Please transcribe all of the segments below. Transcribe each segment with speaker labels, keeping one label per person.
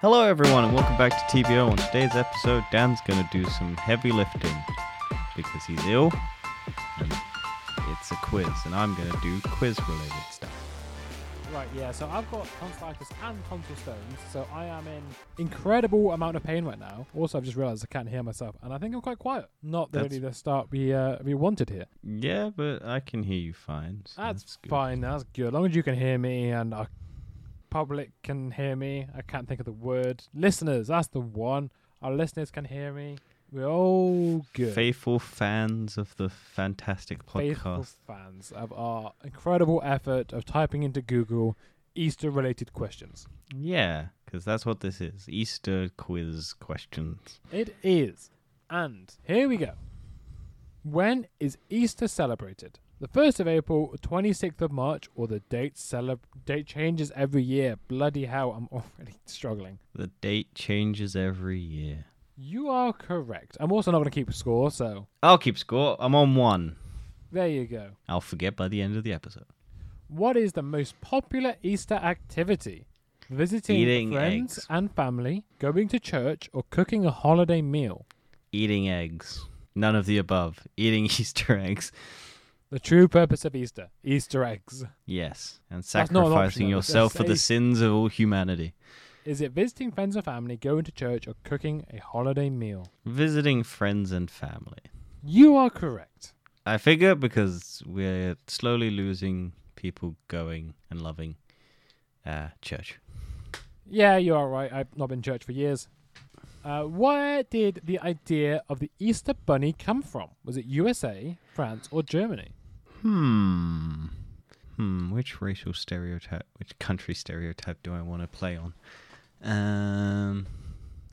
Speaker 1: Hello, everyone, and welcome back to TBO. On today's episode, Dan's going to do some heavy lifting because he's ill and it's a quiz, and I'm going to do quiz related stuff.
Speaker 2: Right, yeah. So I've got tonsillitis and tonsil stones, so I am in incredible amount of pain right now. Also, I've just realised I can't hear myself, and I think I'm quite quiet. Not
Speaker 1: That's-
Speaker 2: really the start we uh, we wanted here.
Speaker 1: Yeah, but I can hear you fine. so
Speaker 2: That's,
Speaker 1: good.
Speaker 2: fine. That's good. As long as you can hear me and our public can hear me. I can't think of the word. Listeners, that's the one. Our listeners can hear me. We're all good.
Speaker 1: Faithful fans of the fantastic
Speaker 2: faithful
Speaker 1: podcast.
Speaker 2: fans of our incredible effort of typing into Google Easter related questions.
Speaker 1: Yeah, because that's what this is Easter quiz questions.
Speaker 2: It is. And here we go. When is Easter celebrated? The 1st of April, 26th of March, or the date celeb- date changes every year? Bloody hell, I'm already struggling.
Speaker 1: The date changes every year.
Speaker 2: You are correct. I'm also not going to keep score, so
Speaker 1: I'll keep score. I'm on one.
Speaker 2: there you go.
Speaker 1: I'll forget by the end of the episode.
Speaker 2: What is the most popular Easter activity? Visiting
Speaker 1: Eating
Speaker 2: friends
Speaker 1: eggs.
Speaker 2: and family, going to church, or cooking a holiday meal?
Speaker 1: eating eggs. None of the above. Eating Easter eggs.
Speaker 2: The true purpose of Easter Easter eggs.
Speaker 1: Yes. And
Speaker 2: not an option,
Speaker 1: sacrificing
Speaker 2: though. It
Speaker 1: yourself for the
Speaker 2: says-
Speaker 1: sins of all humanity.
Speaker 2: Is it visiting friends and family, going to church, or cooking a holiday meal?
Speaker 1: Visiting friends and family.
Speaker 2: You are correct.
Speaker 1: I figure because we're slowly losing people going and loving uh, church.
Speaker 2: Yeah, you are right. I've not been to church for years. Uh, where did the idea of the Easter Bunny come from? Was it USA, France, or Germany?
Speaker 1: Hmm. Hmm. Which racial stereotype, which country stereotype do I want to play on? Um.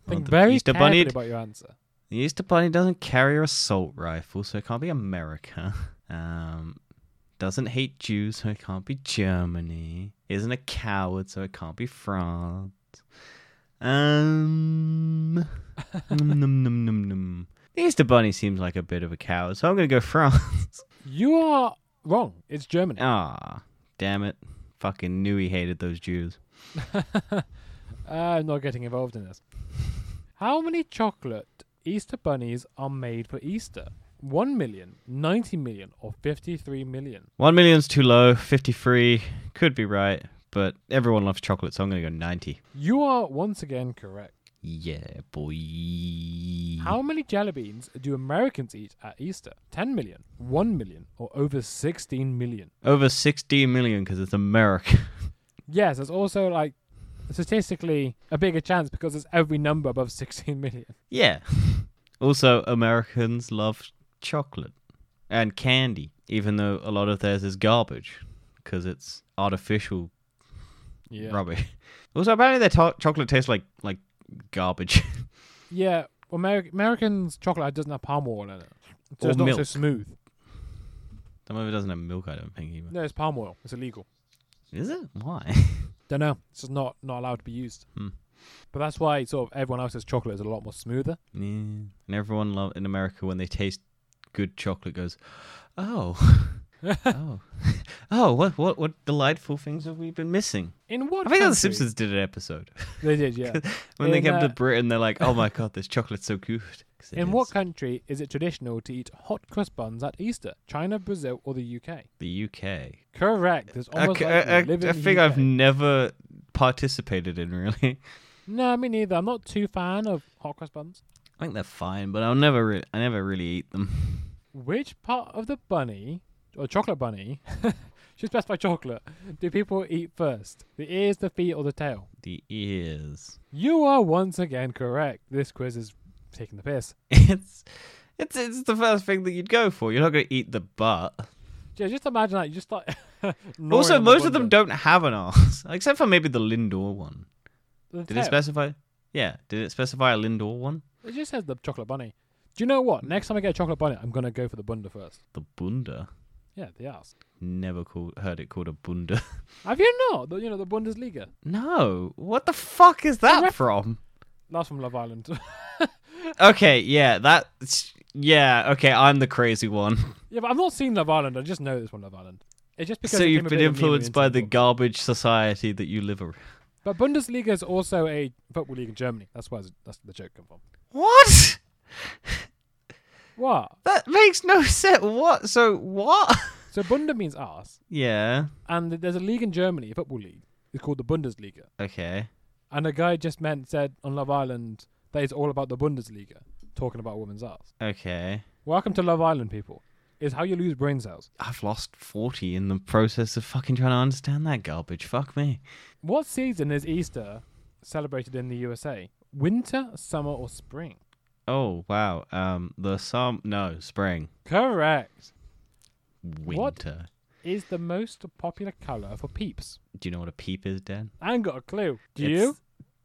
Speaker 1: well,
Speaker 2: Think
Speaker 1: the
Speaker 2: very
Speaker 1: Easter
Speaker 2: carefully
Speaker 1: Bunny.
Speaker 2: about your answer.
Speaker 1: The Easter Bunny doesn't carry a assault rifle, so it can't be America. Um, doesn't hate Jews, so it can't be Germany. Isn't a coward, so it can't be France. Um, num, num, num, num, num. The Easter Bunny seems like a bit of a coward, so I'm gonna go France.
Speaker 2: You are wrong. It's Germany.
Speaker 1: Ah, damn it! Fucking knew he hated those Jews.
Speaker 2: Uh, I'm not getting involved in this. How many chocolate Easter bunnies are made for Easter? 1 million, 90 million, or 53 million?
Speaker 1: One million's too low. Fifty-three could be right, but everyone loves chocolate, so I'm gonna go ninety.
Speaker 2: You are once again correct.
Speaker 1: Yeah, boy.
Speaker 2: How many jelly beans do Americans eat at Easter? 10 million, 1 million, or over 16 million?
Speaker 1: Over 16 million because it's America.
Speaker 2: Yes, there's also like statistically a bigger chance because it's every number above 16 million.
Speaker 1: yeah. Also, Americans love chocolate and candy, even though a lot of theirs is garbage because it's artificial
Speaker 2: Yeah.
Speaker 1: rubbish. Also, apparently their to- chocolate tastes like like garbage.
Speaker 2: Yeah. Well, Ameri- Americans' chocolate doesn't have palm oil in it. So
Speaker 1: Or
Speaker 2: it's not so
Speaker 1: milk.
Speaker 2: smooth.
Speaker 1: Some of it doesn't have milk, I don't think. Even.
Speaker 2: No, it's palm oil. It's illegal.
Speaker 1: Is it? Why?
Speaker 2: Don't know. It's just not, not allowed to be used.
Speaker 1: Hmm.
Speaker 2: But that's why sort of everyone else's chocolate is a lot more smoother.
Speaker 1: yeah. And everyone love in America when they taste good chocolate goes, oh, oh, oh, what what what delightful things have we been missing?
Speaker 2: In what
Speaker 1: I think that
Speaker 2: country-
Speaker 1: the Simpsons did an episode
Speaker 2: They did, yeah.
Speaker 1: when they
Speaker 2: In,
Speaker 1: came to
Speaker 2: uh,
Speaker 1: Britain. They're like, "Oh my god, this chocolate's so good." 'Cause it
Speaker 2: In what
Speaker 1: is.
Speaker 2: country is it traditional to eat hot crust buns at Easter? China, Brazil, or the UK?
Speaker 1: the UK.
Speaker 2: Correct. It's almost
Speaker 1: Okay,
Speaker 2: like
Speaker 1: I,
Speaker 2: you live
Speaker 1: I, I
Speaker 2: in the
Speaker 1: think I've
Speaker 2: UK.
Speaker 1: never participated in really.
Speaker 2: No, me neither. I'm not too fan of hot cross buns.
Speaker 1: I think they're fine, but I'll never. Re- I never really eat them.
Speaker 2: Which part of the bunny, or chocolate bunny, should specify chocolate, do people eat first? The ears, the feet, or the tail?
Speaker 1: The ears.
Speaker 2: You are once again correct. This quiz is taking the piss.
Speaker 1: It's. It's, it's the first thing that you'd go for. You're not going to eat the butt.
Speaker 2: Yeah, just imagine that. You just like.
Speaker 1: also, most of them don't have an ass, except for maybe the Lindor one.
Speaker 2: don't.
Speaker 1: Did it specify? Yeah. Did it specify a Lindor one?
Speaker 2: It just says the chocolate bunny. Do you know what? Next time I get a chocolate bunny, I'm gonna go for the bunda first.
Speaker 1: The Bunda.
Speaker 2: Yeah, the ass.
Speaker 1: Never called, heard it called a Bunda.
Speaker 2: Have you not? The, you know the Bundesliga.
Speaker 1: No, what the fuck is that
Speaker 2: ref-
Speaker 1: from?
Speaker 2: That's from Love Island.
Speaker 1: Okay, yeah, that's yeah. Okay, I'm the crazy one.
Speaker 2: yeah, but I've not seen Love Island. I just know it's from Love Island. It's just because.
Speaker 1: so
Speaker 2: it
Speaker 1: you've
Speaker 2: came a
Speaker 1: been
Speaker 2: bit of a meme on the
Speaker 1: influenced by the
Speaker 2: internet.
Speaker 1: garbage society that you live around.
Speaker 2: But Bundesliga is also a football league in Germany. That's where that's where the joke come from.
Speaker 1: What?
Speaker 2: What?
Speaker 1: That makes no sense. What? So what?
Speaker 2: So Bunde means ass,
Speaker 1: yeah.
Speaker 2: and there's a league in Germany, a football league. It's called the Bundesliga.
Speaker 1: Okay.
Speaker 2: And a guy just meant said on Love Island that it's all about the Bundesliga, talking about women's ass.
Speaker 1: Okay.
Speaker 2: Welcome to Love Island, people. Is how you lose brain cells.
Speaker 1: I've lost 40 in the process of fucking trying to understand that garbage. Fuck me.
Speaker 2: What season is Easter celebrated in the USA? Winter, summer, or spring?
Speaker 1: Oh, wow. Um, the sum. No, spring.
Speaker 2: Correct.
Speaker 1: Winter.
Speaker 2: What? Is the most popular color for peeps?
Speaker 1: Do you know what a peep is, Dan?
Speaker 2: I ain't got a clue. Do
Speaker 1: It's-
Speaker 2: you?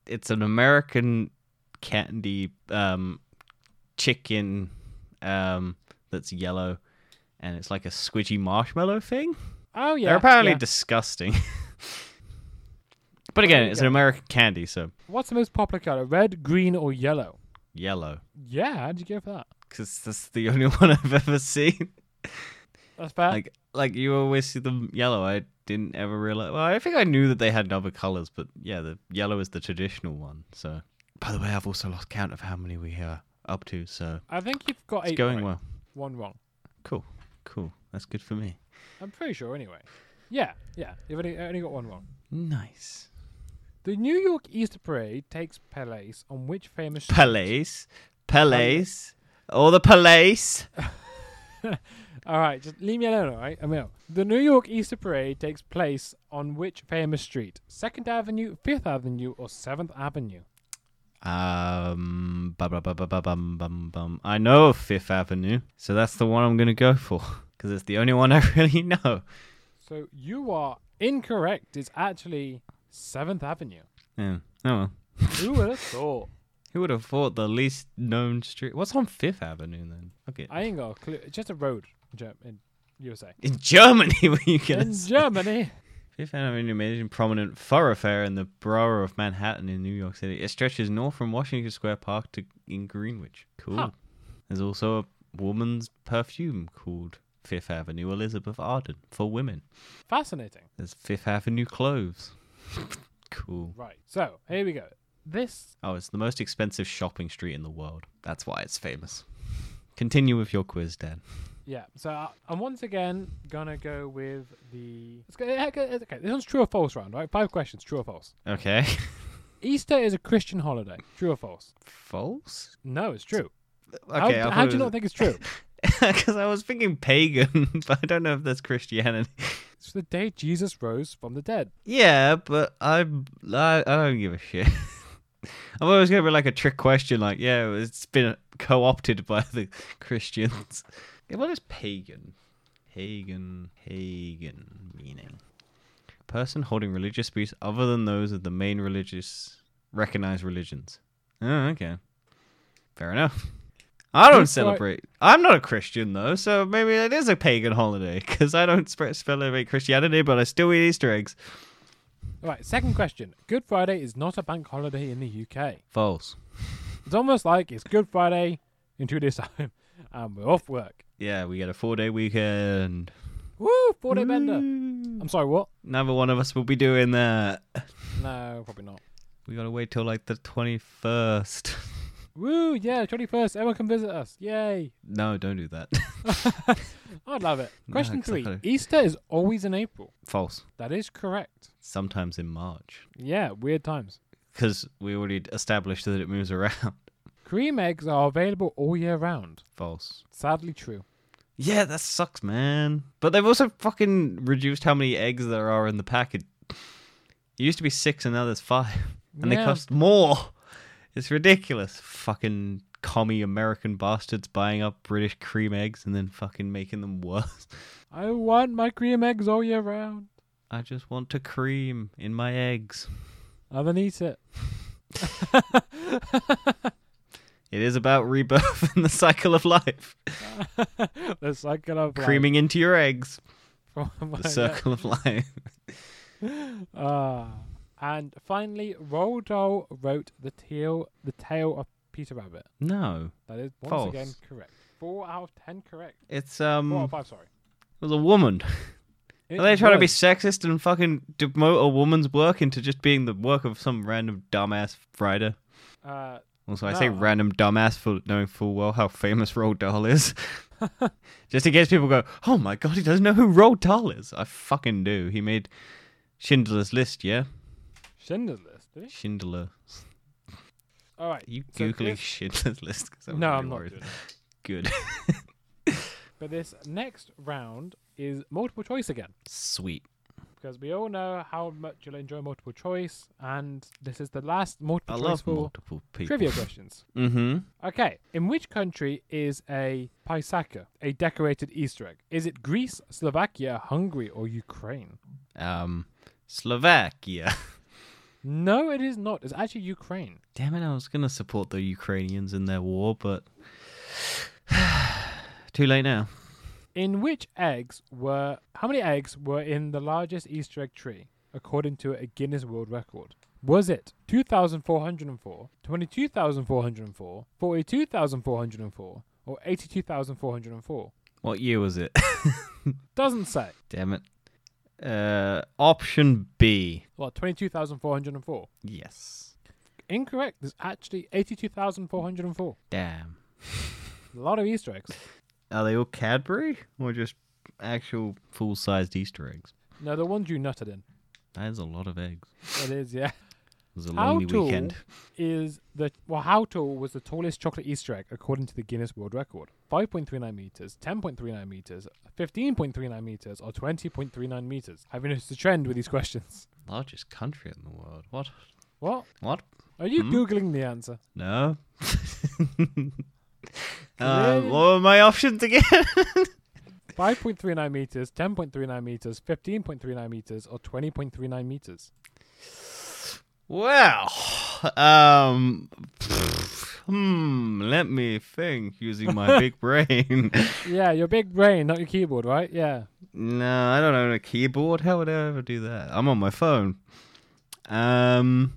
Speaker 1: It's an American candy um, chicken um, that's yellow and it's like a squidgy marshmallow thing.
Speaker 2: Oh yeah.
Speaker 1: They're apparently
Speaker 2: yeah.
Speaker 1: disgusting. but again,
Speaker 2: you
Speaker 1: it's an
Speaker 2: go.
Speaker 1: American candy, so
Speaker 2: What's the most popular color? Red, green, or yellow?
Speaker 1: yellow.
Speaker 2: Yeah. How'd you go for that?
Speaker 1: Because that's the only one I've ever seen.
Speaker 2: That's fair.
Speaker 1: like like you always see them yellow. I didn't ever realize. Well, I think I knew that they had other colors, but yeah, the yellow is the traditional one. So, by the way, I've also lost count of how many we are up to. So
Speaker 2: I think you've got
Speaker 1: it's
Speaker 2: eight.
Speaker 1: going
Speaker 2: right,
Speaker 1: well.
Speaker 2: One wrong.
Speaker 1: Cool, cool. That's good for me.
Speaker 2: I'm pretty sure, anyway. Yeah, yeah. You've only, only got one wrong.
Speaker 1: Nice.
Speaker 2: The New York Easter Parade takes place on which famous street?
Speaker 1: Palace, palace, all the palace.
Speaker 2: All right, just leave me alone, all right? I'm out. The New York Easter Parade takes place on which famous street? Second Avenue, Fifth Avenue, or Seventh Avenue?
Speaker 1: Um, bum, bum, bum, bum, bum, bum, bum, bum. I know of Fifth Avenue, so that's the one I'm gonna go for because it's the only one I really know.
Speaker 2: So you are incorrect. It's actually Seventh Avenue.
Speaker 1: Yeah. Oh well.
Speaker 2: Who would have thought?
Speaker 1: Who would have thought the least known street? What's on Fifth Avenue then? Okay,
Speaker 2: I ain't got a clue. It's just a road in, Germ- in USA.
Speaker 1: in Germany, were you gonna?
Speaker 2: In
Speaker 1: say?
Speaker 2: Germany.
Speaker 1: Fifth Avenue, major prominent thoroughfare in the borough of Manhattan in New York City. It stretches north from Washington Square Park to in Greenwich. Cool.
Speaker 2: Huh.
Speaker 1: There's also a woman's perfume called Fifth Avenue Elizabeth Arden for women.
Speaker 2: Fascinating.
Speaker 1: There's Fifth Avenue cloves. cool.
Speaker 2: Right. So here we go. This
Speaker 1: Oh, it's the most expensive shopping street in the world. That's why it's famous. Continue with your quiz, Dan.
Speaker 2: Yeah. So I, I'm once again gonna go with the. Let's go, yeah, okay, okay, this one's true or false round, right? Five questions, true or false.
Speaker 1: Okay.
Speaker 2: Easter is a Christian holiday. True or false?
Speaker 1: False?
Speaker 2: No, it's true.
Speaker 1: Okay.
Speaker 2: how, how do you not think it's true?
Speaker 1: Because I was thinking pagan, but I don't know if that's Christianity.
Speaker 2: it's the day Jesus rose from the dead.
Speaker 1: Yeah, but I'm, I I don't give a shit. I'm always gonna be like a trick question, like yeah, it's been co-opted by the Christians. Yeah, What is pagan? Pagan, pagan meaning person holding religious beliefs other than those of the main religious recognized religions. Oh, okay, fair enough. I don't
Speaker 2: Who's right?
Speaker 1: celebrate. I'm not a Christian though, so maybe it is a pagan holiday because I don't sp- celebrate Christianity, but I still eat Easter eggs.
Speaker 2: All right. Second question. Good Friday is not a bank holiday in the UK.
Speaker 1: False.
Speaker 2: It's almost like it's Good Friday in two days' time, and we're off work.
Speaker 1: Yeah, we get a four day weekend.
Speaker 2: Woo! Four day bender.
Speaker 1: Woo.
Speaker 2: I'm sorry. What?
Speaker 1: Neither one of us will be doing that.
Speaker 2: No, probably not.
Speaker 1: We gotta wait till like the 21st.
Speaker 2: Woo! Yeah, 21st. Everyone can visit us. Yay!
Speaker 1: no, don't do that.
Speaker 2: I love it.
Speaker 1: No,
Speaker 2: Question
Speaker 1: 'cause I
Speaker 2: three.
Speaker 1: gotta-
Speaker 2: Easter is always in April.
Speaker 1: False.
Speaker 2: That is correct.
Speaker 1: Sometimes in March.
Speaker 2: Yeah, weird times.
Speaker 1: Because we already established that it moves around.
Speaker 2: Cream eggs are available all year round.
Speaker 1: False.
Speaker 2: Sadly true.
Speaker 1: Yeah, that sucks, man. But they've also fucking reduced how many eggs there are in the packet. It used to be six and now there's five. and they
Speaker 2: Yeah.
Speaker 1: cost more. It's ridiculous. Fucking commie American bastards buying up British cream eggs and then fucking making them worse.
Speaker 2: I want my cream eggs all year round.
Speaker 1: I just want to cream in my eggs.
Speaker 2: I then eat it.
Speaker 1: It is about rebirth and the cycle of life.
Speaker 2: the cycle of life.
Speaker 1: Creaming into your eggs.
Speaker 2: From my-
Speaker 1: The circle of life.
Speaker 2: Ah. and finally, Roald Dahl wrote the tale, the tale of Peter Rabbit.
Speaker 1: No.
Speaker 2: That is once
Speaker 1: False.
Speaker 2: again correct. Four out of ten correct.
Speaker 1: It's
Speaker 2: Four out
Speaker 1: um
Speaker 2: of five. Sorry.
Speaker 1: it was a woman.
Speaker 2: It It
Speaker 1: Are they trying to be
Speaker 2: was.
Speaker 1: sexist and fucking demote a woman's work into just being the work of some random dumbass writer?
Speaker 2: Uh,
Speaker 1: Also, I say
Speaker 2: No.
Speaker 1: random dumbass for knowing full well how famous Roald Dahl is. Just in case people go, oh my god, he doesn't know who Roald Dahl is. I fucking do. He made Schindler's List, yeah?
Speaker 2: Schindler's List. Did he?
Speaker 1: Schindler.
Speaker 2: All right.
Speaker 1: You
Speaker 2: So
Speaker 1: googling
Speaker 2: this-
Speaker 1: Schindler's List? 'cause that
Speaker 2: no,
Speaker 1: would be
Speaker 2: I'm not.
Speaker 1: worried.
Speaker 2: Doing that.
Speaker 1: Good.
Speaker 2: but this next round is multiple choice again.
Speaker 1: Sweet.
Speaker 2: because we all know how much you'll enjoy multiple choice, and this is the last
Speaker 1: I
Speaker 2: multiple choice
Speaker 1: love
Speaker 2: for
Speaker 1: multiple people.
Speaker 2: trivia questions.
Speaker 1: Mm-hmm.
Speaker 2: Okay, in which country is a paisaka, a decorated Easter egg? Is it Greece, Slovakia, Hungary, or Ukraine?
Speaker 1: Um, Slovakia.
Speaker 2: No, it is not. It's actually Ukraine.
Speaker 1: Damn it, I was going to support the Ukrainians in their war, but too late now.
Speaker 2: In which eggs were how many eggs were in the largest Easter egg tree according to a Guinness World Record? Was it 2,404, 22,404, 42,404, or 82,404?
Speaker 1: What year was it?
Speaker 2: Doesn't say.
Speaker 1: Damn it. Uh, option B.
Speaker 2: Well, 22,404.
Speaker 1: Yes.
Speaker 2: Incorrect. There's actually 82,404.
Speaker 1: Damn.
Speaker 2: A lot of Easter eggs.
Speaker 1: Are they all Cadbury or just actual full-sized Easter eggs?
Speaker 2: No, the ones you nutted in.
Speaker 1: That is a lot of eggs.
Speaker 2: It is, yeah.
Speaker 1: It was a
Speaker 2: How
Speaker 1: lonely
Speaker 2: tall
Speaker 1: weekend.
Speaker 2: is the well? How tall was the tallest chocolate Easter egg according to the Guinness World Record? Five point three nine meters, ten point three nine meters, fifteen point three nine meters, or twenty point three nine meters? I've noticed a trend with these questions.
Speaker 1: Largest country in the world. What?
Speaker 2: What
Speaker 1: What?
Speaker 2: are you
Speaker 1: Hmm?
Speaker 2: googling the answer?
Speaker 1: No. uh,
Speaker 2: Clearly-
Speaker 1: what were my options again?
Speaker 2: Five point three nine meters, ten point three nine meters, fifteen point three nine meters, or twenty point three nine meters?
Speaker 1: Well, um, hmm, let me think using my big brain.
Speaker 2: Yeah, your big brain, not your keyboard, right? Yeah.
Speaker 1: No, I don't own a keyboard. How would I ever do that? I'm on my phone. Um,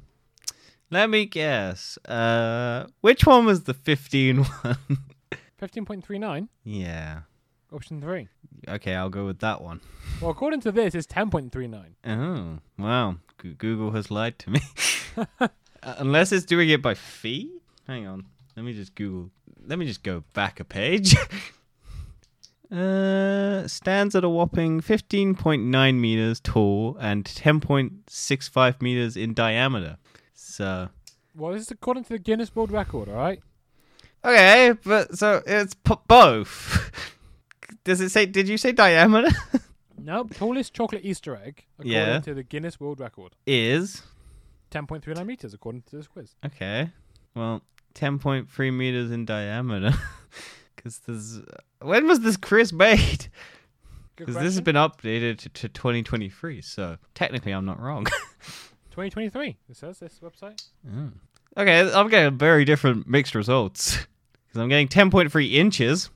Speaker 1: let me guess. Uh, which one was the 15 one?
Speaker 2: Fifteen point three nine,
Speaker 1: yeah.
Speaker 2: option three.
Speaker 1: Okay, I'll go with that one.
Speaker 2: Well, according to this, it's ten point three nine.
Speaker 1: Oh, wow. G- Google has lied to me. Uh, Unless it's doing it by feet? Hang on. Let me just Google. Let me just go back a page. uh, stands at a whopping 15.9 meters tall and 10.65 meters in diameter. So.
Speaker 2: Well, this is according to the Guinness World Record, all right?
Speaker 1: Okay, but so it's p- both. Does it say, did you say diameter?
Speaker 2: Nope. Tallest chocolate Easter egg, according
Speaker 1: Yeah.
Speaker 2: to the Guinness World Record.
Speaker 1: Is.
Speaker 2: 10.39 meters, according to this quiz.
Speaker 1: Okay. Well, 10.3 meters in diameter. Because there's. uh, When was this Chris made?
Speaker 2: Good
Speaker 1: Because this has
Speaker 2: question.
Speaker 1: been updated to, to 2023, so technically I'm not wrong.
Speaker 2: 2023, it says this website.
Speaker 1: Oh. Okay, I'm getting very different mixed results. Because I'm getting 10.3 inches.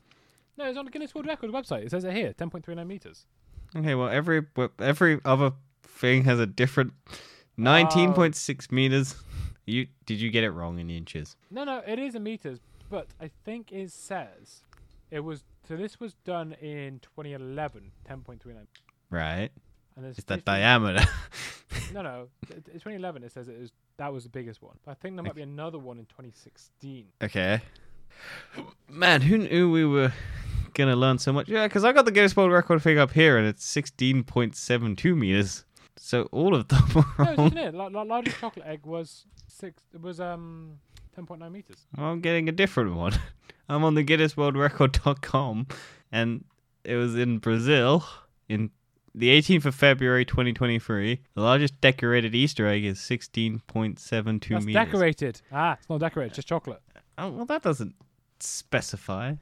Speaker 2: No, it's on the Guinness World Record website. It says it here 10.39 meters.
Speaker 1: Okay, well, every but every other thing has a different 19.6
Speaker 2: Oh.
Speaker 1: meters. You Did you get it wrong in inches?
Speaker 2: No, no, it is in meters, but I think it says it was. So this was done in 2011, 10.39.
Speaker 1: Right.
Speaker 2: And there's
Speaker 1: It's that
Speaker 2: 15
Speaker 1: diameter.
Speaker 2: No, no. it- it- It's 2011. It says it is that was the biggest one. But I think there might be another one in 2016.
Speaker 1: Okay. Man, who knew we were gonna learn so much? Yeah, because I got the Guinness World Record thing up here, and it's sixteen point seven two meters. So all of them are
Speaker 2: No, it's
Speaker 1: wrong.
Speaker 2: just it. La- la- largest chocolate egg was six. It was um 10.9 meters.
Speaker 1: I'm getting a different one. I'm on the GuinnessWorldRecord.com, and it was in Brazil in the 18th of February 2023. The largest decorated Easter egg is 16.72
Speaker 2: That's
Speaker 1: meters.
Speaker 2: decorated. Ah, it's not decorated. Just chocolate.
Speaker 1: Oh, well, that doesn't specify.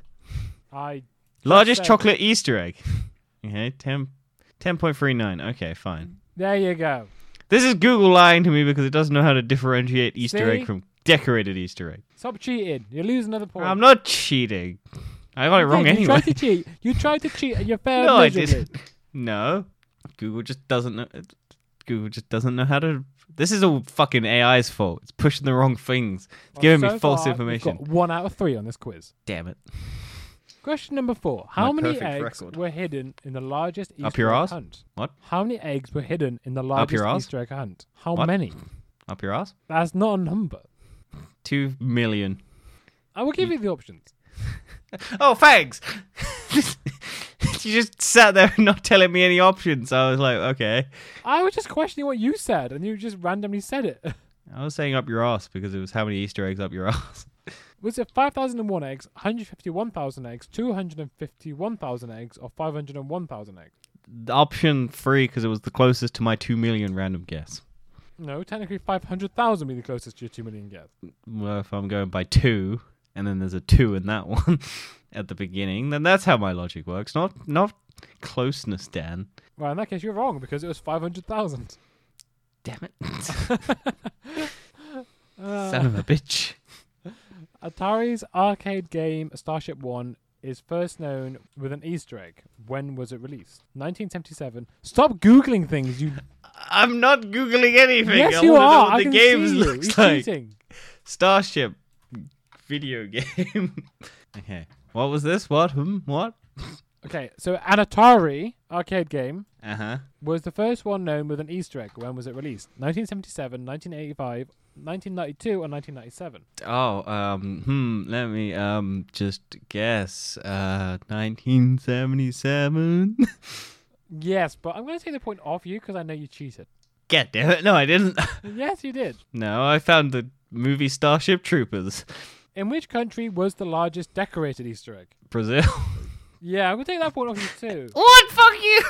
Speaker 2: I
Speaker 1: Largest
Speaker 2: Perfect.
Speaker 1: chocolate Easter egg. Okay, 10, 10.39. Okay, fine.
Speaker 2: there you go.
Speaker 1: This is Google lying to me because it doesn't know how to differentiate Easter
Speaker 2: See?
Speaker 1: egg from decorated Easter egg.
Speaker 2: Stop cheating. You lose another point.
Speaker 1: I'm not cheating. I got it
Speaker 2: You
Speaker 1: wrong
Speaker 2: did. You
Speaker 1: anyway.
Speaker 2: tried to cheat. You tried to cheat, and you failed
Speaker 1: No, I
Speaker 2: miserably.
Speaker 1: didn't. No, Google just doesn't know. Google just doesn't know how to. This is all fucking AI's fault. It's pushing the wrong things. It's
Speaker 2: Well,
Speaker 1: giving me
Speaker 2: so
Speaker 1: false
Speaker 2: far, you've
Speaker 1: information.
Speaker 2: got one out of three on this quiz.
Speaker 1: Damn it.
Speaker 2: Question number four: How
Speaker 1: My
Speaker 2: many
Speaker 1: perfect
Speaker 2: eggs
Speaker 1: record.
Speaker 2: were hidden in the largest Easter
Speaker 1: Up your
Speaker 2: egg
Speaker 1: arse?
Speaker 2: hunt?
Speaker 1: What?
Speaker 2: How many eggs were hidden in the
Speaker 1: your
Speaker 2: largest
Speaker 1: arse?
Speaker 2: Easter egg hunt? How
Speaker 1: What?
Speaker 2: many?
Speaker 1: Up your ass?
Speaker 2: That's not a number.
Speaker 1: Two million.
Speaker 2: I will give you the options.
Speaker 1: Oh, thanks. you just sat there not telling me any options. I was like, okay.
Speaker 2: I was just questioning what you said, and you just randomly said it.
Speaker 1: I was saying up your ass because it was how many Easter eggs up your ass.
Speaker 2: Was it 5,001 eggs, 151,000 eggs, 251,000 eggs, or 501,000 eggs?
Speaker 1: Option three because it was the closest to my two million random guess.
Speaker 2: No, technically 500,000 would be the closest to your 2 million guess.
Speaker 1: Well, if I'm going by two, and then there's a two in that one at the beginning, then that's how my logic works. Not not closeness, Dan.
Speaker 2: Well, in that case, you're wrong because it was 500,000.
Speaker 1: Damn it,
Speaker 2: Uh,
Speaker 1: son of a bitch.
Speaker 2: Atari's arcade game Starship One is first known with an Easter egg. When was it released? 1977. Stop googling things. You
Speaker 1: I'm not googling anything.
Speaker 2: yes,
Speaker 1: I
Speaker 2: you
Speaker 1: wanna know
Speaker 2: are.
Speaker 1: what
Speaker 2: I
Speaker 1: the
Speaker 2: can
Speaker 1: games
Speaker 2: see you.
Speaker 1: looks
Speaker 2: He's
Speaker 1: like.
Speaker 2: cheating.
Speaker 1: Starship video game. okay. What was this? What? Hmm? What?
Speaker 2: Okay, so an Atari arcade game
Speaker 1: Uh huh.
Speaker 2: was the first one known with an Easter egg. When was it released? 1977, 1985, 1992, or 1997?
Speaker 1: Oh, um, hmm. Let me, um, just guess. Uh, 1977.
Speaker 2: Yes, but I'm going to take the point off you because I know you cheated.
Speaker 1: God damn it. No, I didn't.
Speaker 2: yes, you did.
Speaker 1: no, I found the movie Starship Troopers.
Speaker 2: In which country was the largest decorated Easter egg?
Speaker 1: Brazil.
Speaker 2: Yeah, I'm going to take that point off you too.
Speaker 1: what? Fuck you!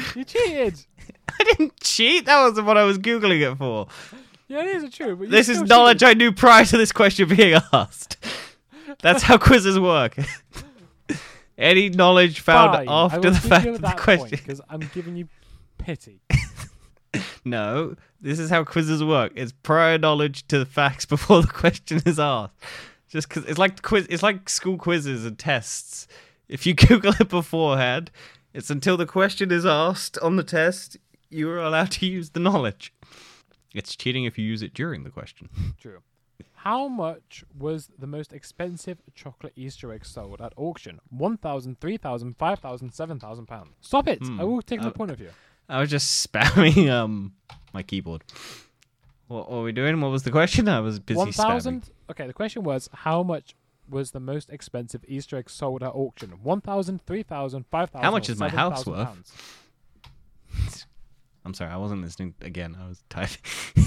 Speaker 2: You cheated.
Speaker 1: I didn't cheat. That wasn't what I was Googling it for.
Speaker 2: Yeah, it is true. But you
Speaker 1: This
Speaker 2: still
Speaker 1: is
Speaker 2: cheated.
Speaker 1: knowledge I knew prior to this question being asked. That's how quizzes work. Any knowledge found
Speaker 2: Fine, I
Speaker 1: after
Speaker 2: will
Speaker 1: the
Speaker 2: give
Speaker 1: fact
Speaker 2: you
Speaker 1: of the
Speaker 2: that
Speaker 1: question.
Speaker 2: because I'm giving you pity.
Speaker 1: No, this is how quizzes work. It's prior knowledge to the facts before the question is asked. Just 'cause it's like quiz, it's like school quizzes and tests. If you Google it beforehand, it's until the question is asked on the test you are allowed to use the knowledge. It's cheating if you use it during the question.
Speaker 2: True. How much was the most expensive chocolate Easter egg sold at auction? 1,000, 3,000, 5,000, 7,000 pounds. Stop it! I will take the
Speaker 1: Uh,
Speaker 2: point of view.
Speaker 1: I was just spamming um my keyboard. What were we doing? What was the question? I was busy spamming.
Speaker 2: 1,000. Okay, the question was how much was the most expensive Easter egg sold at auction? 1,000, 3,000, 5,000.
Speaker 1: How much
Speaker 2: or
Speaker 1: is my house
Speaker 2: 7,000
Speaker 1: worth?
Speaker 2: pounds.
Speaker 1: I'm sorry, I wasn't listening again. I was typing.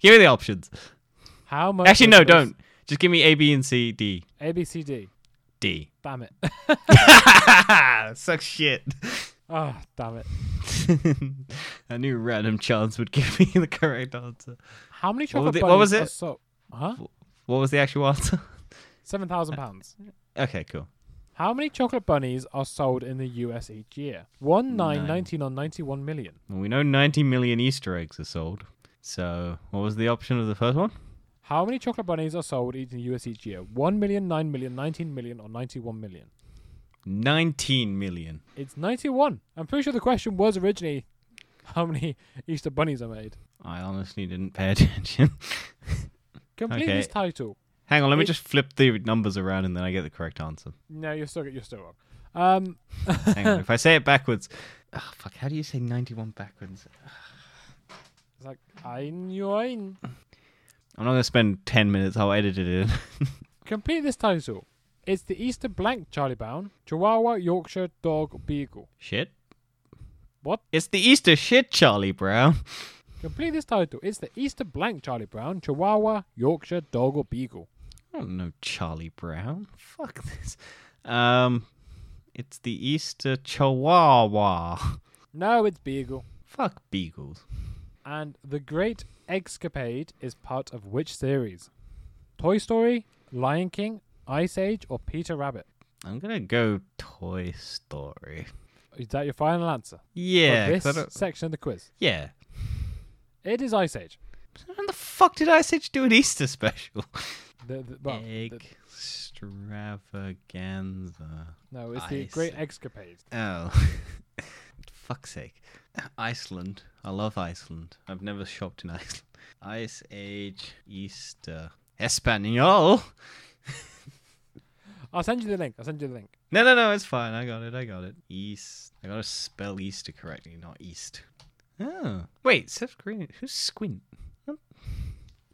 Speaker 1: give me the options.
Speaker 2: How much?
Speaker 1: Actually,
Speaker 2: was
Speaker 1: no,
Speaker 2: the most-
Speaker 1: don't. Just give me A, B, and C, D,
Speaker 2: A, B, C, D.
Speaker 1: D.
Speaker 2: Damn it.
Speaker 1: Sucks shit.
Speaker 2: Ah, damn it.
Speaker 1: I knew random chance would give me the correct answer.
Speaker 2: How many
Speaker 1: What was
Speaker 2: chocolate
Speaker 1: it- what was
Speaker 2: bunnies
Speaker 1: it?
Speaker 2: are sold? Huh?
Speaker 1: What was the actual answer?
Speaker 2: 7,000 pounds.
Speaker 1: Okay, cool.
Speaker 2: How many chocolate bunnies are sold in the US each year? 1, 9, 19, or 91 million?
Speaker 1: Well, we know 90 million Easter eggs are sold. So, what was the option of the first one?
Speaker 2: How many chocolate bunnies are sold each in the US each year? 1 million, 9 million, 19 million, or 91 million?
Speaker 1: 19 million.
Speaker 2: It's 91. I'm pretty sure the question was originally how many Easter bunnies are made.
Speaker 1: I honestly didn't pay attention.
Speaker 2: Complete
Speaker 1: Okay.
Speaker 2: this title.
Speaker 1: Hang on, let me
Speaker 2: It-
Speaker 1: just flip the numbers around and then I get the correct answer.
Speaker 2: No, you're still you're still wrong. Um,
Speaker 1: Hang on, if I say it backwards. Ah, fuck, how do you say 91 backwards?
Speaker 2: it's like ein Join.
Speaker 1: I'm not going to spend 10 minutes, I'll edit it in.
Speaker 2: Complete this title. It's the Easter blank Charlie Brown, Chihuahua, Yorkshire, Dog, Beagle.
Speaker 1: shit.
Speaker 2: What?
Speaker 1: It's the Easter shit, Charlie Brown.
Speaker 2: Complete this title. It's the Easter blank Charlie Brown, Chihuahua, Yorkshire, Dog, or Beagle.
Speaker 1: I don't know Charlie Brown. Fuck this. Um, It's the Easter Chihuahua.
Speaker 2: No, it's Beagle.
Speaker 1: Fuck beagles.
Speaker 2: And The Great Escapade is part of which series? Toy Story, Lion King, Ice Age, or Peter Rabbit?
Speaker 1: I'm going to go Toy Story.
Speaker 2: Is that your final answer?
Speaker 1: Yeah. 'cause I
Speaker 2: for Oh, this
Speaker 1: don't-
Speaker 2: section of the quiz.
Speaker 1: Yeah.
Speaker 2: It is Ice Age.
Speaker 1: When the fuck did Ice Age do an Easter special?
Speaker 2: The, the, well, the-
Speaker 1: Extravaganza.
Speaker 2: no, it's The
Speaker 1: Ice
Speaker 2: Great Escapade.
Speaker 1: Oh. Fuck's sake. Iceland. I love Iceland. I've never shopped in Iceland. Ice Age Easter. Espanol.
Speaker 2: I'll send you the link. I'll send you the link.
Speaker 1: No, no, no, it's fine. I got it. I got it. East. I gotta spell Easter correctly, not East. Oh. Wait, Seth Green. Who's Squint? What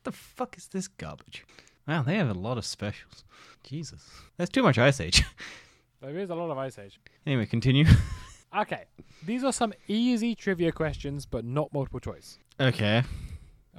Speaker 1: the fuck is this garbage? Wow, they have a lot of specials. Jesus. There's too much Ice Age.
Speaker 2: There is a lot of Ice Age.
Speaker 1: anyway, continue.
Speaker 2: Okay, these are some easy trivia questions, but not multiple choice.
Speaker 1: Okay.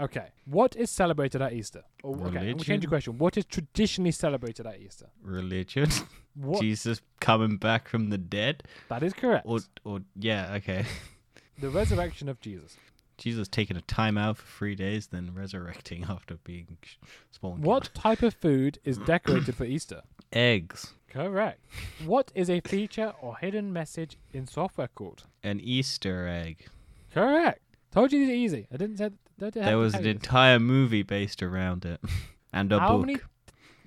Speaker 2: Okay, what is celebrated at Easter? Oh, okay, I'm gonna
Speaker 1: Religion.
Speaker 2: change the question. What is traditionally celebrated at Easter?
Speaker 1: Religion.
Speaker 2: What?
Speaker 1: Jesus coming back from the dead.
Speaker 2: That is correct.
Speaker 1: Or, or yeah, okay.
Speaker 2: The resurrection of Jesus.
Speaker 1: Jesus taking a time out for three days, then resurrecting after being sh- spawned.
Speaker 2: What type of food is decorated for Easter?
Speaker 1: Eggs.
Speaker 2: Correct. What is a feature or hidden message in software called?
Speaker 1: An Easter egg.
Speaker 2: Correct. Told you these are easy. I didn't say. That,
Speaker 1: There was an entire movie based around it, and a
Speaker 2: how
Speaker 1: book.
Speaker 2: many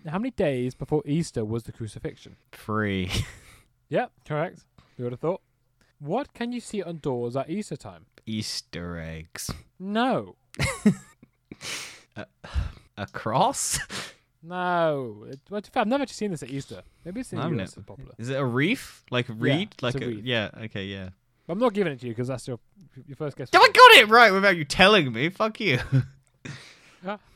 Speaker 2: how many days before Easter was the crucifixion?
Speaker 1: Free.
Speaker 2: Yep, correct. You would have thought. What can you see on doors at Easter time?
Speaker 1: Easter eggs.
Speaker 2: No,
Speaker 1: A cross?
Speaker 2: no. It, well, to be fair, I've never actually seen this at Easter. Maybe it's in the
Speaker 1: I've
Speaker 2: US
Speaker 1: never-
Speaker 2: it's popular.
Speaker 1: Is it a reef? Like a reed?
Speaker 2: it's
Speaker 1: like
Speaker 2: a reed.
Speaker 1: yeah. Okay, yeah.
Speaker 2: But I'm not giving it to you because that's your your first guess.
Speaker 1: Yeah, I got it right without you telling me. Fuck you.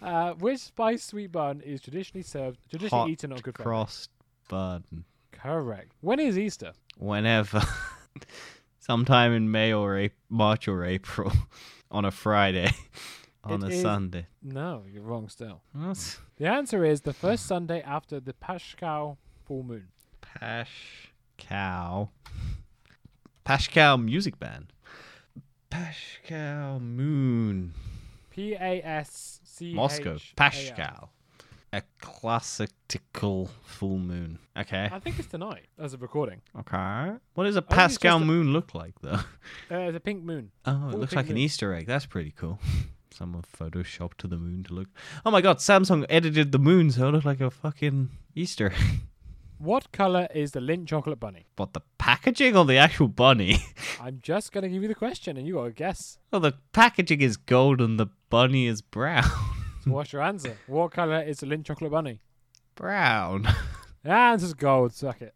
Speaker 2: Uh, which spice sweet bun is traditionally served, traditionally
Speaker 1: Hot
Speaker 2: eaten on Good Friday?
Speaker 1: cross button.
Speaker 2: Correct. When is Easter?
Speaker 1: Whenever. Sometime in May or a- March or April, on a Friday, on
Speaker 2: It
Speaker 1: a
Speaker 2: is-
Speaker 1: Sunday.
Speaker 2: No, you're wrong still.
Speaker 1: What's
Speaker 2: The answer is the first Sunday after the Paschal full moon.
Speaker 1: Pashkow. Pashkow music band. Pashkow Moon.
Speaker 2: P A S C
Speaker 1: Moscow.
Speaker 2: H A L.
Speaker 1: Pashkow. A classical full moon. Okay.
Speaker 2: I think it's tonight as a recording.
Speaker 1: Okay. What does a
Speaker 2: it's just
Speaker 1: Pascal
Speaker 2: a-
Speaker 1: moon look like, though?
Speaker 2: Uh, it's a pink moon.
Speaker 1: Oh, it
Speaker 2: Full
Speaker 1: looks like an
Speaker 2: pigment.
Speaker 1: Easter egg. That's pretty cool. Someone photoshopped to the moon to look. Oh my god, Samsung edited the moon so it looked like a fucking Easter. egg.
Speaker 2: What color is the Lindt chocolate bunny?
Speaker 1: What, the packaging or the actual bunny?
Speaker 2: I'm just gonna give you the question, and you gotta guess.
Speaker 1: Well, Oh, the packaging is gold and the bunny is brown.
Speaker 2: So what's your answer? What color is the Lindt chocolate bunny?
Speaker 1: brown.
Speaker 2: The answer's gold. Suck it.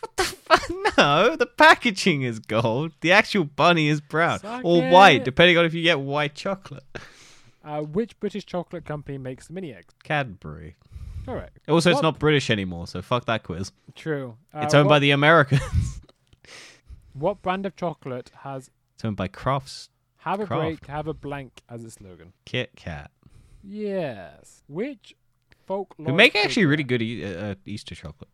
Speaker 1: What the fuck? No, the packaging is gold. The actual bunny is brown
Speaker 2: Suck
Speaker 1: or white,
Speaker 2: it.
Speaker 1: depending on if you get white chocolate.
Speaker 2: Uh, which British chocolate company makes the mini eggs?
Speaker 1: Cadbury.
Speaker 2: Correct.
Speaker 1: Also,
Speaker 2: What-
Speaker 1: it's not British anymore, so fuck that quiz.
Speaker 2: True. Uh,
Speaker 1: It's owned
Speaker 2: what,
Speaker 1: by the Americans.
Speaker 2: what brand of chocolate has
Speaker 1: it's owned by Crofts.
Speaker 2: "Have a
Speaker 1: Kraft.
Speaker 2: break, have a blank" as its slogan?
Speaker 1: Kit Kat.
Speaker 2: Yes. Which folklore?
Speaker 1: Who make actually really good e- uh, uh, Easter chocolate.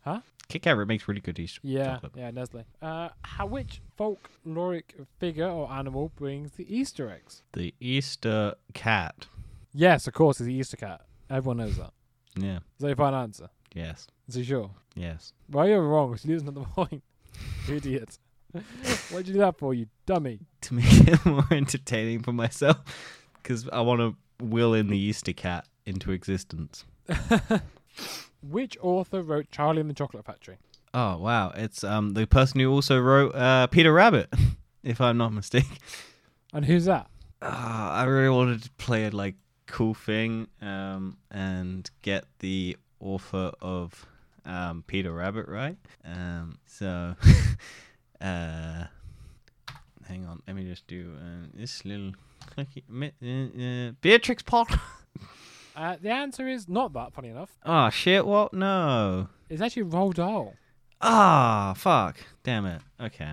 Speaker 2: Huh?
Speaker 1: Kit Kat makes really good Easter
Speaker 2: Yeah,
Speaker 1: chocolate.
Speaker 2: yeah, Nestle. Uh, how, which folkloric figure or animal brings the Easter eggs?
Speaker 1: The Easter cat.
Speaker 2: Yes, of course, it's the Easter cat. Everyone knows that.
Speaker 1: Yeah.
Speaker 2: Is that your final answer?
Speaker 1: Yes.
Speaker 2: Is it sure?
Speaker 1: Yes.
Speaker 2: Well, you're wrong. She losing at the point. You idiot. What'd you do that for, you dummy?
Speaker 1: To make it more entertaining for myself, because I want to will in the Easter cat into existence.
Speaker 2: Which author wrote Charlie and the Chocolate Factory?
Speaker 1: Oh wow! It's um the person who also wrote uh, Peter Rabbit, if I'm not mistaken.
Speaker 2: And who's that?
Speaker 1: Ah, I really wanted to play a like cool thing um, and get the author of um, Peter Rabbit right. Um, so, uh, hang on, let me just do uh, this little clicky. mi- Uh, uh, Beatrix Potter.
Speaker 2: Uh, the answer is not that, funny enough.
Speaker 1: oh shit! What? No.
Speaker 2: It's actually Roald Dahl.
Speaker 1: Ah fuck! Damn it. Okay,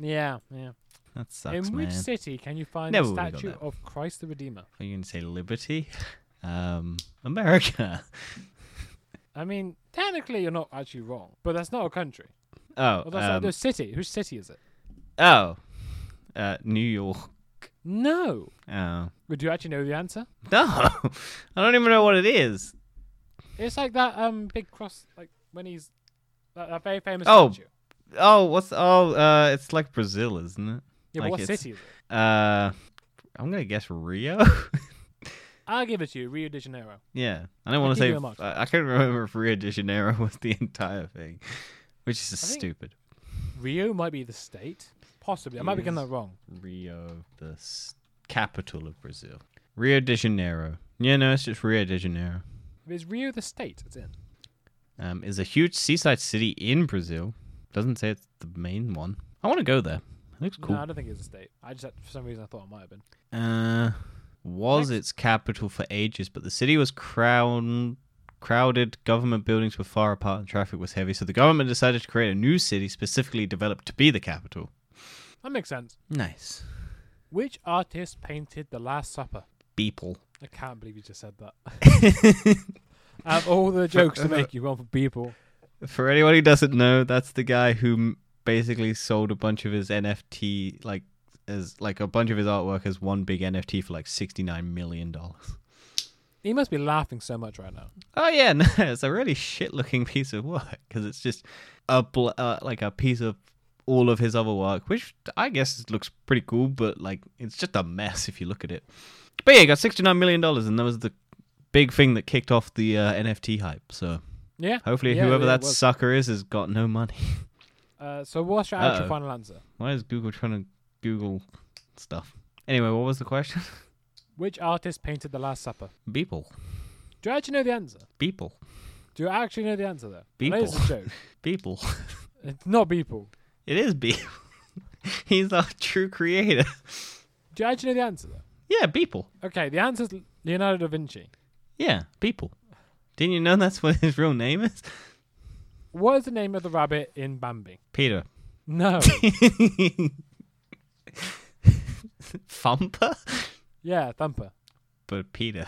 Speaker 2: Yeah, yeah.
Speaker 1: that sucks,
Speaker 2: In
Speaker 1: man.
Speaker 2: which city can you find
Speaker 1: Never
Speaker 2: the
Speaker 1: would've got
Speaker 2: statue
Speaker 1: that.
Speaker 2: of Christ the Redeemer?
Speaker 1: Are you gonna say liberty? Um, America.
Speaker 2: I mean, technically, you're not actually wrong, but that's not a country.
Speaker 1: Oh,
Speaker 2: Well, that's not
Speaker 1: um,
Speaker 2: the city. Whose city is it?
Speaker 1: oh, uh, New York.
Speaker 2: No.
Speaker 1: Oh.
Speaker 2: Would you actually know the answer?
Speaker 1: No, I don't even know what it is.
Speaker 2: It's like that um big cross, like when he's that, that very famous
Speaker 1: Oh,
Speaker 2: statue.
Speaker 1: Oh, what's oh? Uh, it's like Brazil, isn't it?
Speaker 2: Yeah,
Speaker 1: like
Speaker 2: but what
Speaker 1: it's-
Speaker 2: city is it?
Speaker 1: Uh, I'm gonna guess Rio.
Speaker 2: I'll give it to you, Rio de Janeiro.
Speaker 1: yeah, I don't
Speaker 2: I'll
Speaker 1: want to
Speaker 2: give
Speaker 1: say.
Speaker 2: you a mark.
Speaker 1: I, I can't remember if Rio de Janeiro was the entire thing, which is just
Speaker 2: I think-
Speaker 1: stupid.
Speaker 2: Rio might be the state, possibly. I might be getting that wrong.
Speaker 1: Rio, the s- capital of Brazil. Rio de Janeiro. Yeah, no, it's just Rio de Janeiro.
Speaker 2: Is Rio the state it's in?
Speaker 1: um, is a huge seaside city in Brazil. Doesn't say it's the main one. I want to go there. It looks cool.
Speaker 2: No, I don't think it's a state. I just, had, for some reason, I thought it might have been.
Speaker 1: Uh, was
Speaker 2: Next.
Speaker 1: its capital for ages, but the city was crown, crowded, government buildings were far apart, and traffic was heavy. So the government decided to create a new city specifically developed to be the capital.
Speaker 2: That makes sense.
Speaker 1: Nice.
Speaker 2: Which artist painted The Last Supper?
Speaker 1: Beeple.
Speaker 2: I can't believe you just said that. Out of all the jokes to make, you gone for people.
Speaker 1: For anyone who doesn't know, that's the guy who m- basically sold a bunch of his NFT, like as like a bunch of his artwork as one big NFT for like sixty nine million dollars.
Speaker 2: He must be laughing so much right now.
Speaker 1: Oh yeah, no, it's a really shit looking piece of work because it's just a bl- uh, like a piece of all of his other work, which I guess looks pretty cool, but like it's just a mess if you look at it. But yeah, he got sixty nine million dollars, and that was the big thing that kicked off the uh, NFT hype. So
Speaker 2: Yeah.
Speaker 1: hopefully,
Speaker 2: Yeah,
Speaker 1: whoever
Speaker 2: yeah,
Speaker 1: that
Speaker 2: it was.
Speaker 1: sucker is has got no money.
Speaker 2: Uh, so what's your actual
Speaker 1: Uh-oh.
Speaker 2: final answer?
Speaker 1: Why is Google trying to Google stuff? Anyway, what was the question?
Speaker 2: Which artist painted The Last Supper?
Speaker 1: Beeple.
Speaker 2: Do you actually know the answer?
Speaker 1: Beeple.
Speaker 2: Do you actually know the answer there?
Speaker 1: People.
Speaker 2: That is a joke.
Speaker 1: Beeple.
Speaker 2: It's not people.
Speaker 1: It is Beeple. He's our true creator.
Speaker 2: Do you actually know the answer though?
Speaker 1: Yeah, Beeple.
Speaker 2: Okay, the answer's Leonardo da Vinci.
Speaker 1: Yeah, Beeple. Didn't you know that's what his real name is?
Speaker 2: What is the name of the rabbit in Bambi?
Speaker 1: Peter.
Speaker 2: No.
Speaker 1: Thumper?
Speaker 2: yeah, Thumper.
Speaker 1: But Peter.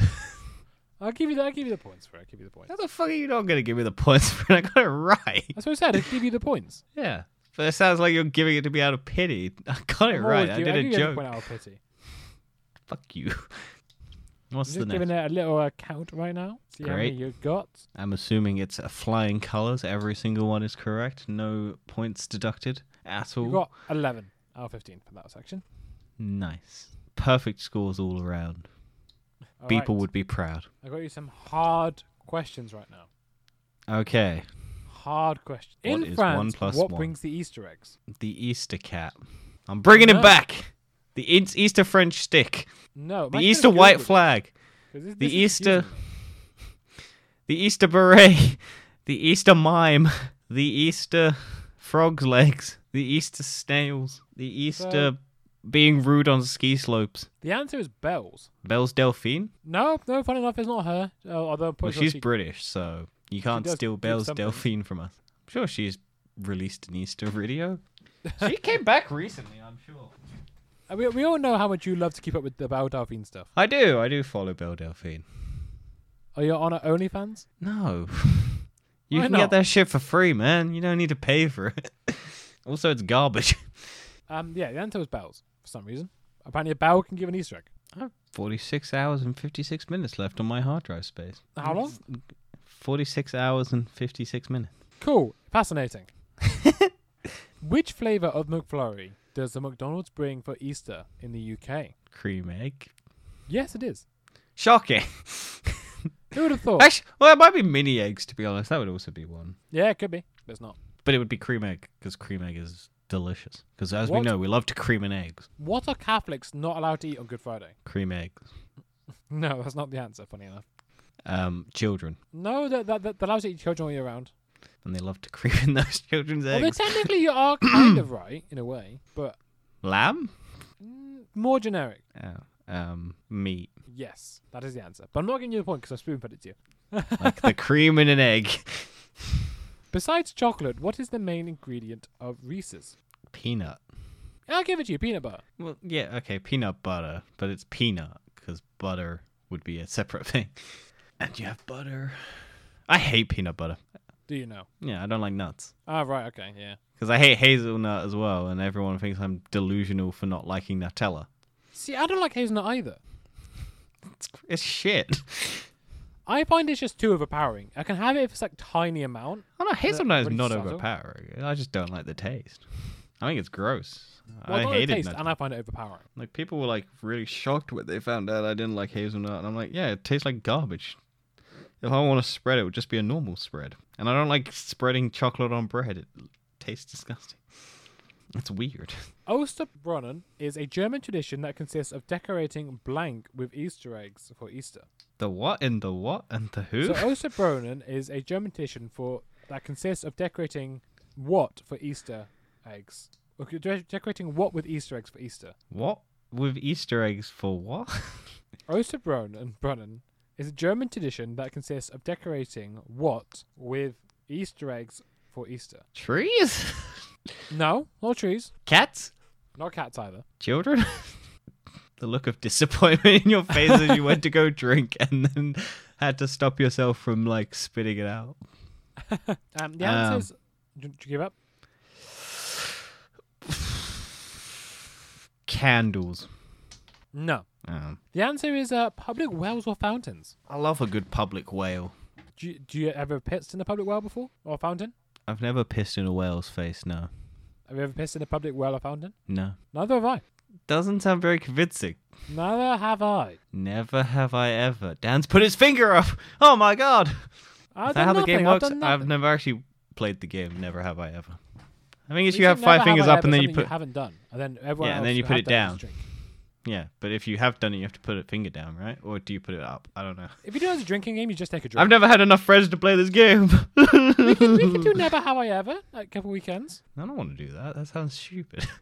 Speaker 2: I'll give you the I'll give you the points for it. I'll give you the points.
Speaker 1: How the fuck are you not going to give me the points for it? I got it right.
Speaker 2: That's what I said. I'll give you the points.
Speaker 1: Yeah. But it sounds like you're giving it to me out of pity. I got it
Speaker 2: I'm always
Speaker 1: right. I
Speaker 2: gi-
Speaker 1: did
Speaker 2: I'll
Speaker 1: a
Speaker 2: give you
Speaker 1: joke.
Speaker 2: Point out of pity.
Speaker 1: Fuck you. What's
Speaker 2: I'm
Speaker 1: the
Speaker 2: just
Speaker 1: next?
Speaker 2: giving it a little uh, count right now. See how many
Speaker 1: Great.
Speaker 2: you got.
Speaker 1: I'm assuming it's uh, flying colors. Every single one is correct. No points deducted at all.
Speaker 2: You got eleven out of fifteen for that section.
Speaker 1: nice. Perfect scores all around.
Speaker 2: All
Speaker 1: People
Speaker 2: right.
Speaker 1: would be proud.
Speaker 2: I got you some hard questions right now.
Speaker 1: Okay.
Speaker 2: Hard question.
Speaker 1: What
Speaker 2: In
Speaker 1: is
Speaker 2: France,
Speaker 1: one plus
Speaker 2: what
Speaker 1: one?
Speaker 2: brings the Easter eggs?
Speaker 1: The Easter cat. I'm bringing
Speaker 2: No.
Speaker 1: it back. The Eas- Easter French stick.
Speaker 2: No.
Speaker 1: The Easter white flag. the Easter- The Easter beret. The Easter mime. The Easter frog's legs. The Easter snails. The Easter being rude on ski slopes.
Speaker 2: The answer is bells.
Speaker 1: Belle's Delphine?
Speaker 2: No, no. Fun enough, it's not her. Oh, although I'm
Speaker 1: Well,
Speaker 2: pretty sure
Speaker 1: she's
Speaker 2: she-
Speaker 1: British, so you can't
Speaker 2: does
Speaker 1: steal
Speaker 2: give
Speaker 1: Belle's
Speaker 2: something.
Speaker 1: Delphine from us. I'm sure she's released an Easter video. she came back recently, I'm sure.
Speaker 2: Uh, we, we all know how much you love to keep up with the Belle Delphine stuff.
Speaker 1: I do, I do follow Belle Delphine.
Speaker 2: Are you on her OnlyFans?
Speaker 1: No. you
Speaker 2: Why
Speaker 1: can
Speaker 2: not?
Speaker 1: get that shit for free, man. You don't need to pay for it. also, it's garbage.
Speaker 2: Um, yeah, the answer was bells for some reason. Apparently, a bell can give an Easter egg.
Speaker 1: I have 46 hours and 56 minutes left on my hard drive space.
Speaker 2: How long?
Speaker 1: 46 hours and 56 minutes.
Speaker 2: Cool, fascinating. Which flavour of McFlurry does the McDonald's bring for Easter in the UK?
Speaker 1: Cream egg.
Speaker 2: Yes, it is.
Speaker 1: Shocking.
Speaker 2: Who would have thought?
Speaker 1: Actually, well, it might be mini eggs, to be honest. That would also be one.
Speaker 2: yeah, it could be, but it's not.
Speaker 1: But it would be cream egg because cream egg is delicious. Because as we
Speaker 2: What?
Speaker 1: know, we love to cream and eggs.
Speaker 2: What are Catholics not allowed to eat on Good Friday?
Speaker 1: Cream eggs.
Speaker 2: No, that's not the answer. Funny enough.
Speaker 1: Um, children,
Speaker 2: No, that that that allows you to eat children all year round.
Speaker 1: and they love to cream in those children's
Speaker 2: Although
Speaker 1: eggs.
Speaker 2: technically you are kind of right in a way, but
Speaker 1: Lamb.
Speaker 2: mm, more generic.
Speaker 1: Oh, um, meat.
Speaker 2: Yes, that is the answer. But I'm not giving you the point because I spoon fed it to you.
Speaker 1: Like the cream in an egg.
Speaker 2: Besides chocolate, what is the main ingredient of Reese's?
Speaker 1: Peanut.
Speaker 2: I'll give it to you, peanut butter.
Speaker 1: Well, yeah, okay, peanut butter, but it's peanut because butter would be a separate thing. And you have butter. I hate peanut butter.
Speaker 2: Do you know?
Speaker 1: Yeah, I don't like nuts.
Speaker 2: Ah, right, okay, yeah.
Speaker 1: Because I hate hazelnut as well, and everyone thinks I'm delusional for not liking Nutella.
Speaker 2: See, I don't like hazelnut either.
Speaker 1: It's, it's shit.
Speaker 2: I find it's just too overpowering. I can have it if it's like tiny amount.
Speaker 1: Oh no, hazelnut is
Speaker 2: really
Speaker 1: not
Speaker 2: subtle.
Speaker 1: overpowering. I just don't like the taste. I think it's gross.
Speaker 2: Well,
Speaker 1: I
Speaker 2: not the
Speaker 1: hated
Speaker 2: taste,
Speaker 1: nut-
Speaker 2: and I find it overpowering.
Speaker 1: Like people were like really shocked when they found out I didn't like hazelnut, and I'm like, yeah, it tastes like garbage. If I want to spread, it would just be a normal spread. And I don't like spreading chocolate on bread. It tastes disgusting. It's weird.
Speaker 2: Osterbrunnen is a German tradition that consists of decorating blank with Easter eggs for Easter.
Speaker 1: The what in the what and the who?
Speaker 2: So uh, Osterbrunnen is a German tradition for that consists of decorating what for Easter eggs. Okay, de- decorating what with Easter eggs for Easter.
Speaker 1: what with Easter eggs for what?
Speaker 2: Osterbrunnen Brunnen is a German tradition that consists of decorating what with Easter eggs for Easter.
Speaker 1: Trees?
Speaker 2: No, not trees,
Speaker 1: Cats?
Speaker 2: not cats either.
Speaker 1: Children? the look of disappointment in your face as you went to go drink and then had to stop yourself from like spitting it out.
Speaker 2: Um, the answer
Speaker 1: Um,
Speaker 2: is. Did you give up?
Speaker 1: Candles.
Speaker 2: No.
Speaker 1: Um,
Speaker 2: The answer is uh, public wells or fountains.
Speaker 1: I love a good public whale.
Speaker 2: Do you, do you ever pissed in a public well before or fountain?
Speaker 1: I've never pissed in a whale's face, no.
Speaker 2: Have you ever pissed in a public well or fountain?
Speaker 1: No.
Speaker 2: Neither have I.
Speaker 1: Doesn't sound very convincing.
Speaker 2: Neither have I.
Speaker 1: Never have I ever. Dan's put his finger up! Oh my god!
Speaker 2: I've
Speaker 1: Is that how
Speaker 2: done
Speaker 1: the
Speaker 2: nothing.
Speaker 1: game
Speaker 2: I've
Speaker 1: works?
Speaker 2: done
Speaker 1: I've
Speaker 2: nothing.
Speaker 1: never actually played the game. Never have I ever. I think it's
Speaker 2: You
Speaker 1: you,
Speaker 2: said
Speaker 1: have
Speaker 2: never
Speaker 1: five fingers
Speaker 2: I
Speaker 1: up
Speaker 2: ever,
Speaker 1: and then you
Speaker 2: something
Speaker 1: put.
Speaker 2: haven't done, and then everyone
Speaker 1: Yeah, and
Speaker 2: else
Speaker 1: then you
Speaker 2: who
Speaker 1: put
Speaker 2: had
Speaker 1: it
Speaker 2: done has
Speaker 1: down.
Speaker 2: to drink.
Speaker 1: Yeah, but if you have done it, you have to put a finger down, right? Or do you put it up? I don't know.
Speaker 2: If you do it as a drinking game, you just take a
Speaker 1: I've
Speaker 2: drink.
Speaker 1: never had enough friends to play this game.
Speaker 2: we, can, we can do never have I ever like a couple weekends.
Speaker 1: I don't want to do that. That sounds stupid.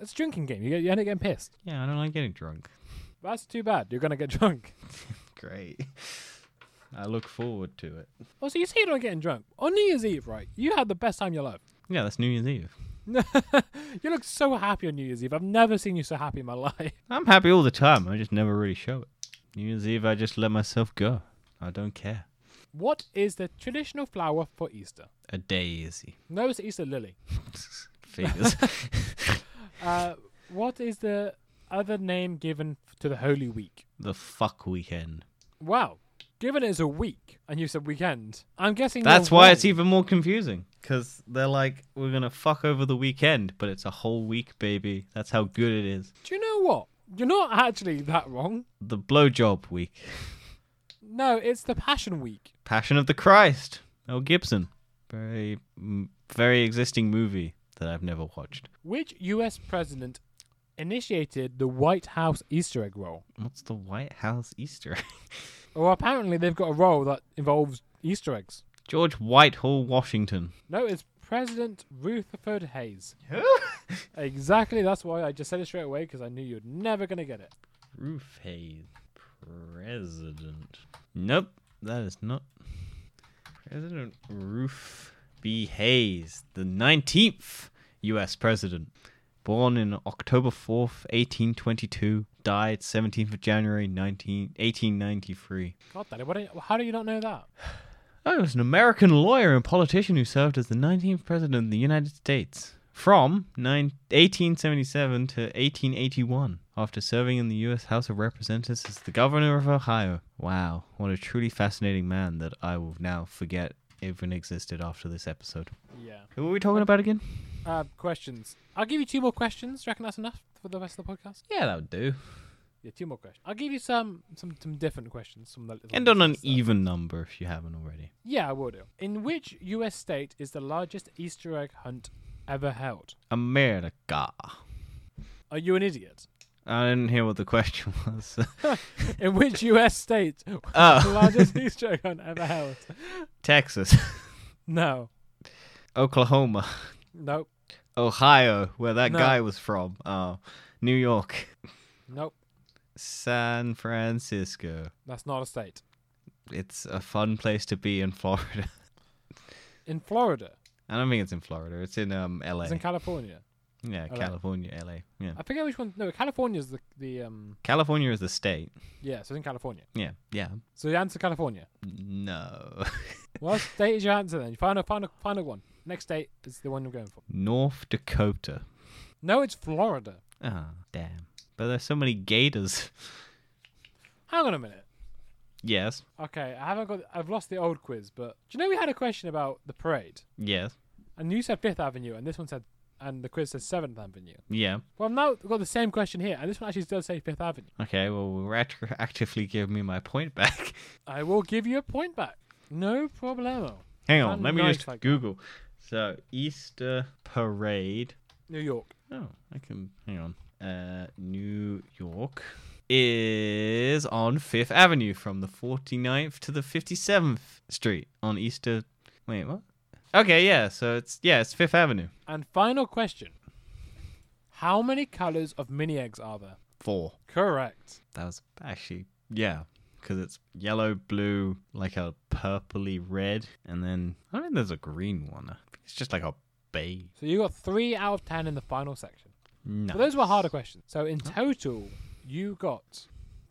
Speaker 2: It's a drinking game. You, get, you end up getting pissed.
Speaker 1: yeah, I don't like getting drunk.
Speaker 2: That's too bad. You're gonna get drunk.
Speaker 1: Great. I look forward to it.
Speaker 2: Also, you say you're not getting drunk on New Year's Eve, right? You had the best time of your life.
Speaker 1: Yeah, that's New Year's Eve.
Speaker 2: you look so happy on New Year's Eve. I've never seen you so happy in my life.
Speaker 1: I'm happy all the time. I just never really show it. New Year's Eve, I just let myself go. I don't care.
Speaker 2: What is the traditional flower for Easter?
Speaker 1: A daisy.
Speaker 2: No, it's Easter lily.
Speaker 1: Fingers.
Speaker 2: Uh, what is the other name given to the Holy Week?
Speaker 1: the fuck weekend.
Speaker 2: Wow. Given it's a week and you said weekend, I'm guessing you're
Speaker 1: That's why
Speaker 2: wrong.
Speaker 1: it's even more confusing. Because they're like, we're going to fuck over the weekend, but it's a whole week, baby. That's how good it is.
Speaker 2: Do you know what? You're not actually that wrong.
Speaker 1: The blowjob week.
Speaker 2: No, it's the Passion Week.
Speaker 1: Passion of the Christ. Mel Gibson. Very, m- very existing movie that I've never watched.
Speaker 2: Which U.S. president initiated the White House Easter egg roll?
Speaker 1: What's the White House Easter egg?
Speaker 2: Well, apparently they've got a roll that involves Easter eggs.
Speaker 1: George Whitehall, Washington.
Speaker 2: No, it's President Rutherford Hayes.
Speaker 1: Who?
Speaker 2: Exactly, that's why I just said it straight away because I knew you're never going to get it.
Speaker 1: Roof Hayes. President. Nope, that is not. President Roof B. Hayes, the 19th US president. Born in October 4th, 1822, died 17th of January 19, 1893.
Speaker 2: God, Daddy, what do you- how do you not know that?
Speaker 1: Oh, he was an American lawyer and politician who served as the 19th president of the United States from 9, 1877 to 1881 after serving in the U.S. House of Representatives as the governor of Ohio. Wow, what a truly fascinating man that I will now forget even existed after this episode.
Speaker 2: Yeah.
Speaker 1: Who were we talking about again?
Speaker 2: Uh, questions. I'll give you two more questions. Do you reckon that's enough for the rest of the podcast?
Speaker 1: Yeah, that would do.
Speaker 2: Yeah, two more questions. I'll give you some some some different questions. Some that-
Speaker 1: End on an
Speaker 2: stuff.
Speaker 1: even number if you haven't already.
Speaker 2: Yeah, I will do. In which U.S. state is the largest Easter egg hunt ever held?
Speaker 1: America.
Speaker 2: Are you an idiot?
Speaker 1: I didn't hear what the question was.
Speaker 2: In which U.S. state was the
Speaker 1: oh,
Speaker 2: largest Easter egg hunt ever held?
Speaker 1: Texas,
Speaker 2: No,
Speaker 1: Oklahoma.
Speaker 2: nope,
Speaker 1: Ohio, where that
Speaker 2: No.
Speaker 1: guy was from. Oh, New York,
Speaker 2: nope.
Speaker 1: San Francisco.
Speaker 2: That's not a state.
Speaker 1: It's a fun place to be in Florida.
Speaker 2: In Florida,
Speaker 1: I don't think it's in Florida. It's in um L.A.
Speaker 2: it's in California.
Speaker 1: yeah,
Speaker 2: LA.
Speaker 1: California, L.A. Yeah,
Speaker 2: I forget which one. No, California's the the um.
Speaker 1: California is the state.
Speaker 2: Yeah, so it's in California.
Speaker 1: Yeah, yeah.
Speaker 2: So the answer California.
Speaker 1: No,
Speaker 2: What state is your answer then? Final, final, final one. Next state is the one I'm going for.
Speaker 1: North Dakota.
Speaker 2: No, it's Florida.
Speaker 1: Ah, damn. But there's so many gators.
Speaker 2: Hang on a minute.
Speaker 1: yes,
Speaker 2: Okay, I haven't got. I've lost the old quiz, but do you know we had a question about the parade,
Speaker 1: yes,
Speaker 2: and you said Fifth Avenue, and this one said, and the quiz says Seventh Avenue.
Speaker 1: yeah.
Speaker 2: Well, now we've got the same question here, and this one actually does say Fifth Avenue.
Speaker 1: Okay, well, retroactively give me my point back.
Speaker 2: I will give you a point back. No problemo.
Speaker 1: Hang on,
Speaker 2: Fun
Speaker 1: let me
Speaker 2: night
Speaker 1: just
Speaker 2: like that.
Speaker 1: Google. So Easter parade.
Speaker 2: New York.
Speaker 1: Oh, I can hang on. Uh, New York. is on Fifth Avenue from the 49th to the 57th Street on Easter. Wait, what? Okay, yeah. So it's yeah, it's Fifth Avenue.
Speaker 2: And final question How many colors of mini eggs are there?
Speaker 1: Four.
Speaker 2: Correct.
Speaker 1: That was actually yeah, because it's yellow, blue, like a purpley red, and then I mean there's a green one. It's just like a beige.
Speaker 2: So you got three out of ten in the final section.
Speaker 1: No.
Speaker 2: But those were harder questions. So in total, you got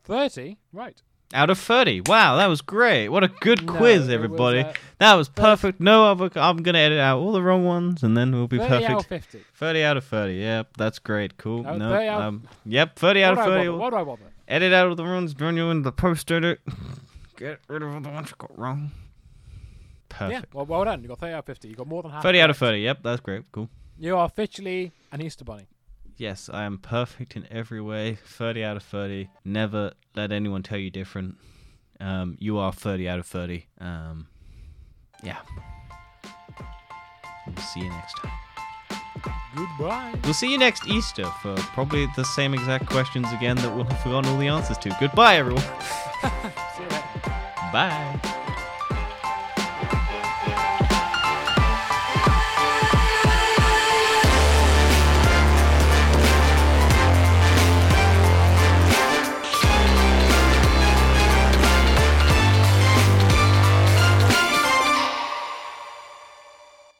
Speaker 2: 30 right.
Speaker 1: Out of 30. Wow, that was great. What a good
Speaker 2: No,
Speaker 1: quiz,
Speaker 2: it
Speaker 1: everybody.
Speaker 2: was, uh,
Speaker 1: that was perfect. No other. I'm going to edit out all the wrong ones and then we'll be
Speaker 2: 30
Speaker 1: perfect.
Speaker 2: out of 50.
Speaker 1: 30 out of 30. Yep, that's great. Cool.
Speaker 2: That was
Speaker 1: no.
Speaker 2: 30 out-
Speaker 1: um, yep, 30 out
Speaker 2: Why
Speaker 1: of
Speaker 2: do I
Speaker 1: 30.
Speaker 2: bother? Why do I bother?
Speaker 1: edit out all the ones, join you in the post edit. Get rid of all the ones I got wrong.
Speaker 2: Yeah,
Speaker 1: Perfect.
Speaker 2: well, well done. You got 30 out of 50. You got more than half.
Speaker 1: 30 out of
Speaker 2: correct.
Speaker 1: 30. Yep, that's great. Cool.
Speaker 2: You are officially an Easter bunny.
Speaker 1: Yes, I am perfect in every way. 30 out of 30. Never let anyone tell you different. Um, you are 30 out of 30. Um, yeah. We'll see you next time.
Speaker 2: Goodbye.
Speaker 1: We'll see you next Easter for probably the same exact questions again that we'll have forgotten all the answers to. Goodbye, everyone.
Speaker 2: See you later.
Speaker 1: Bye.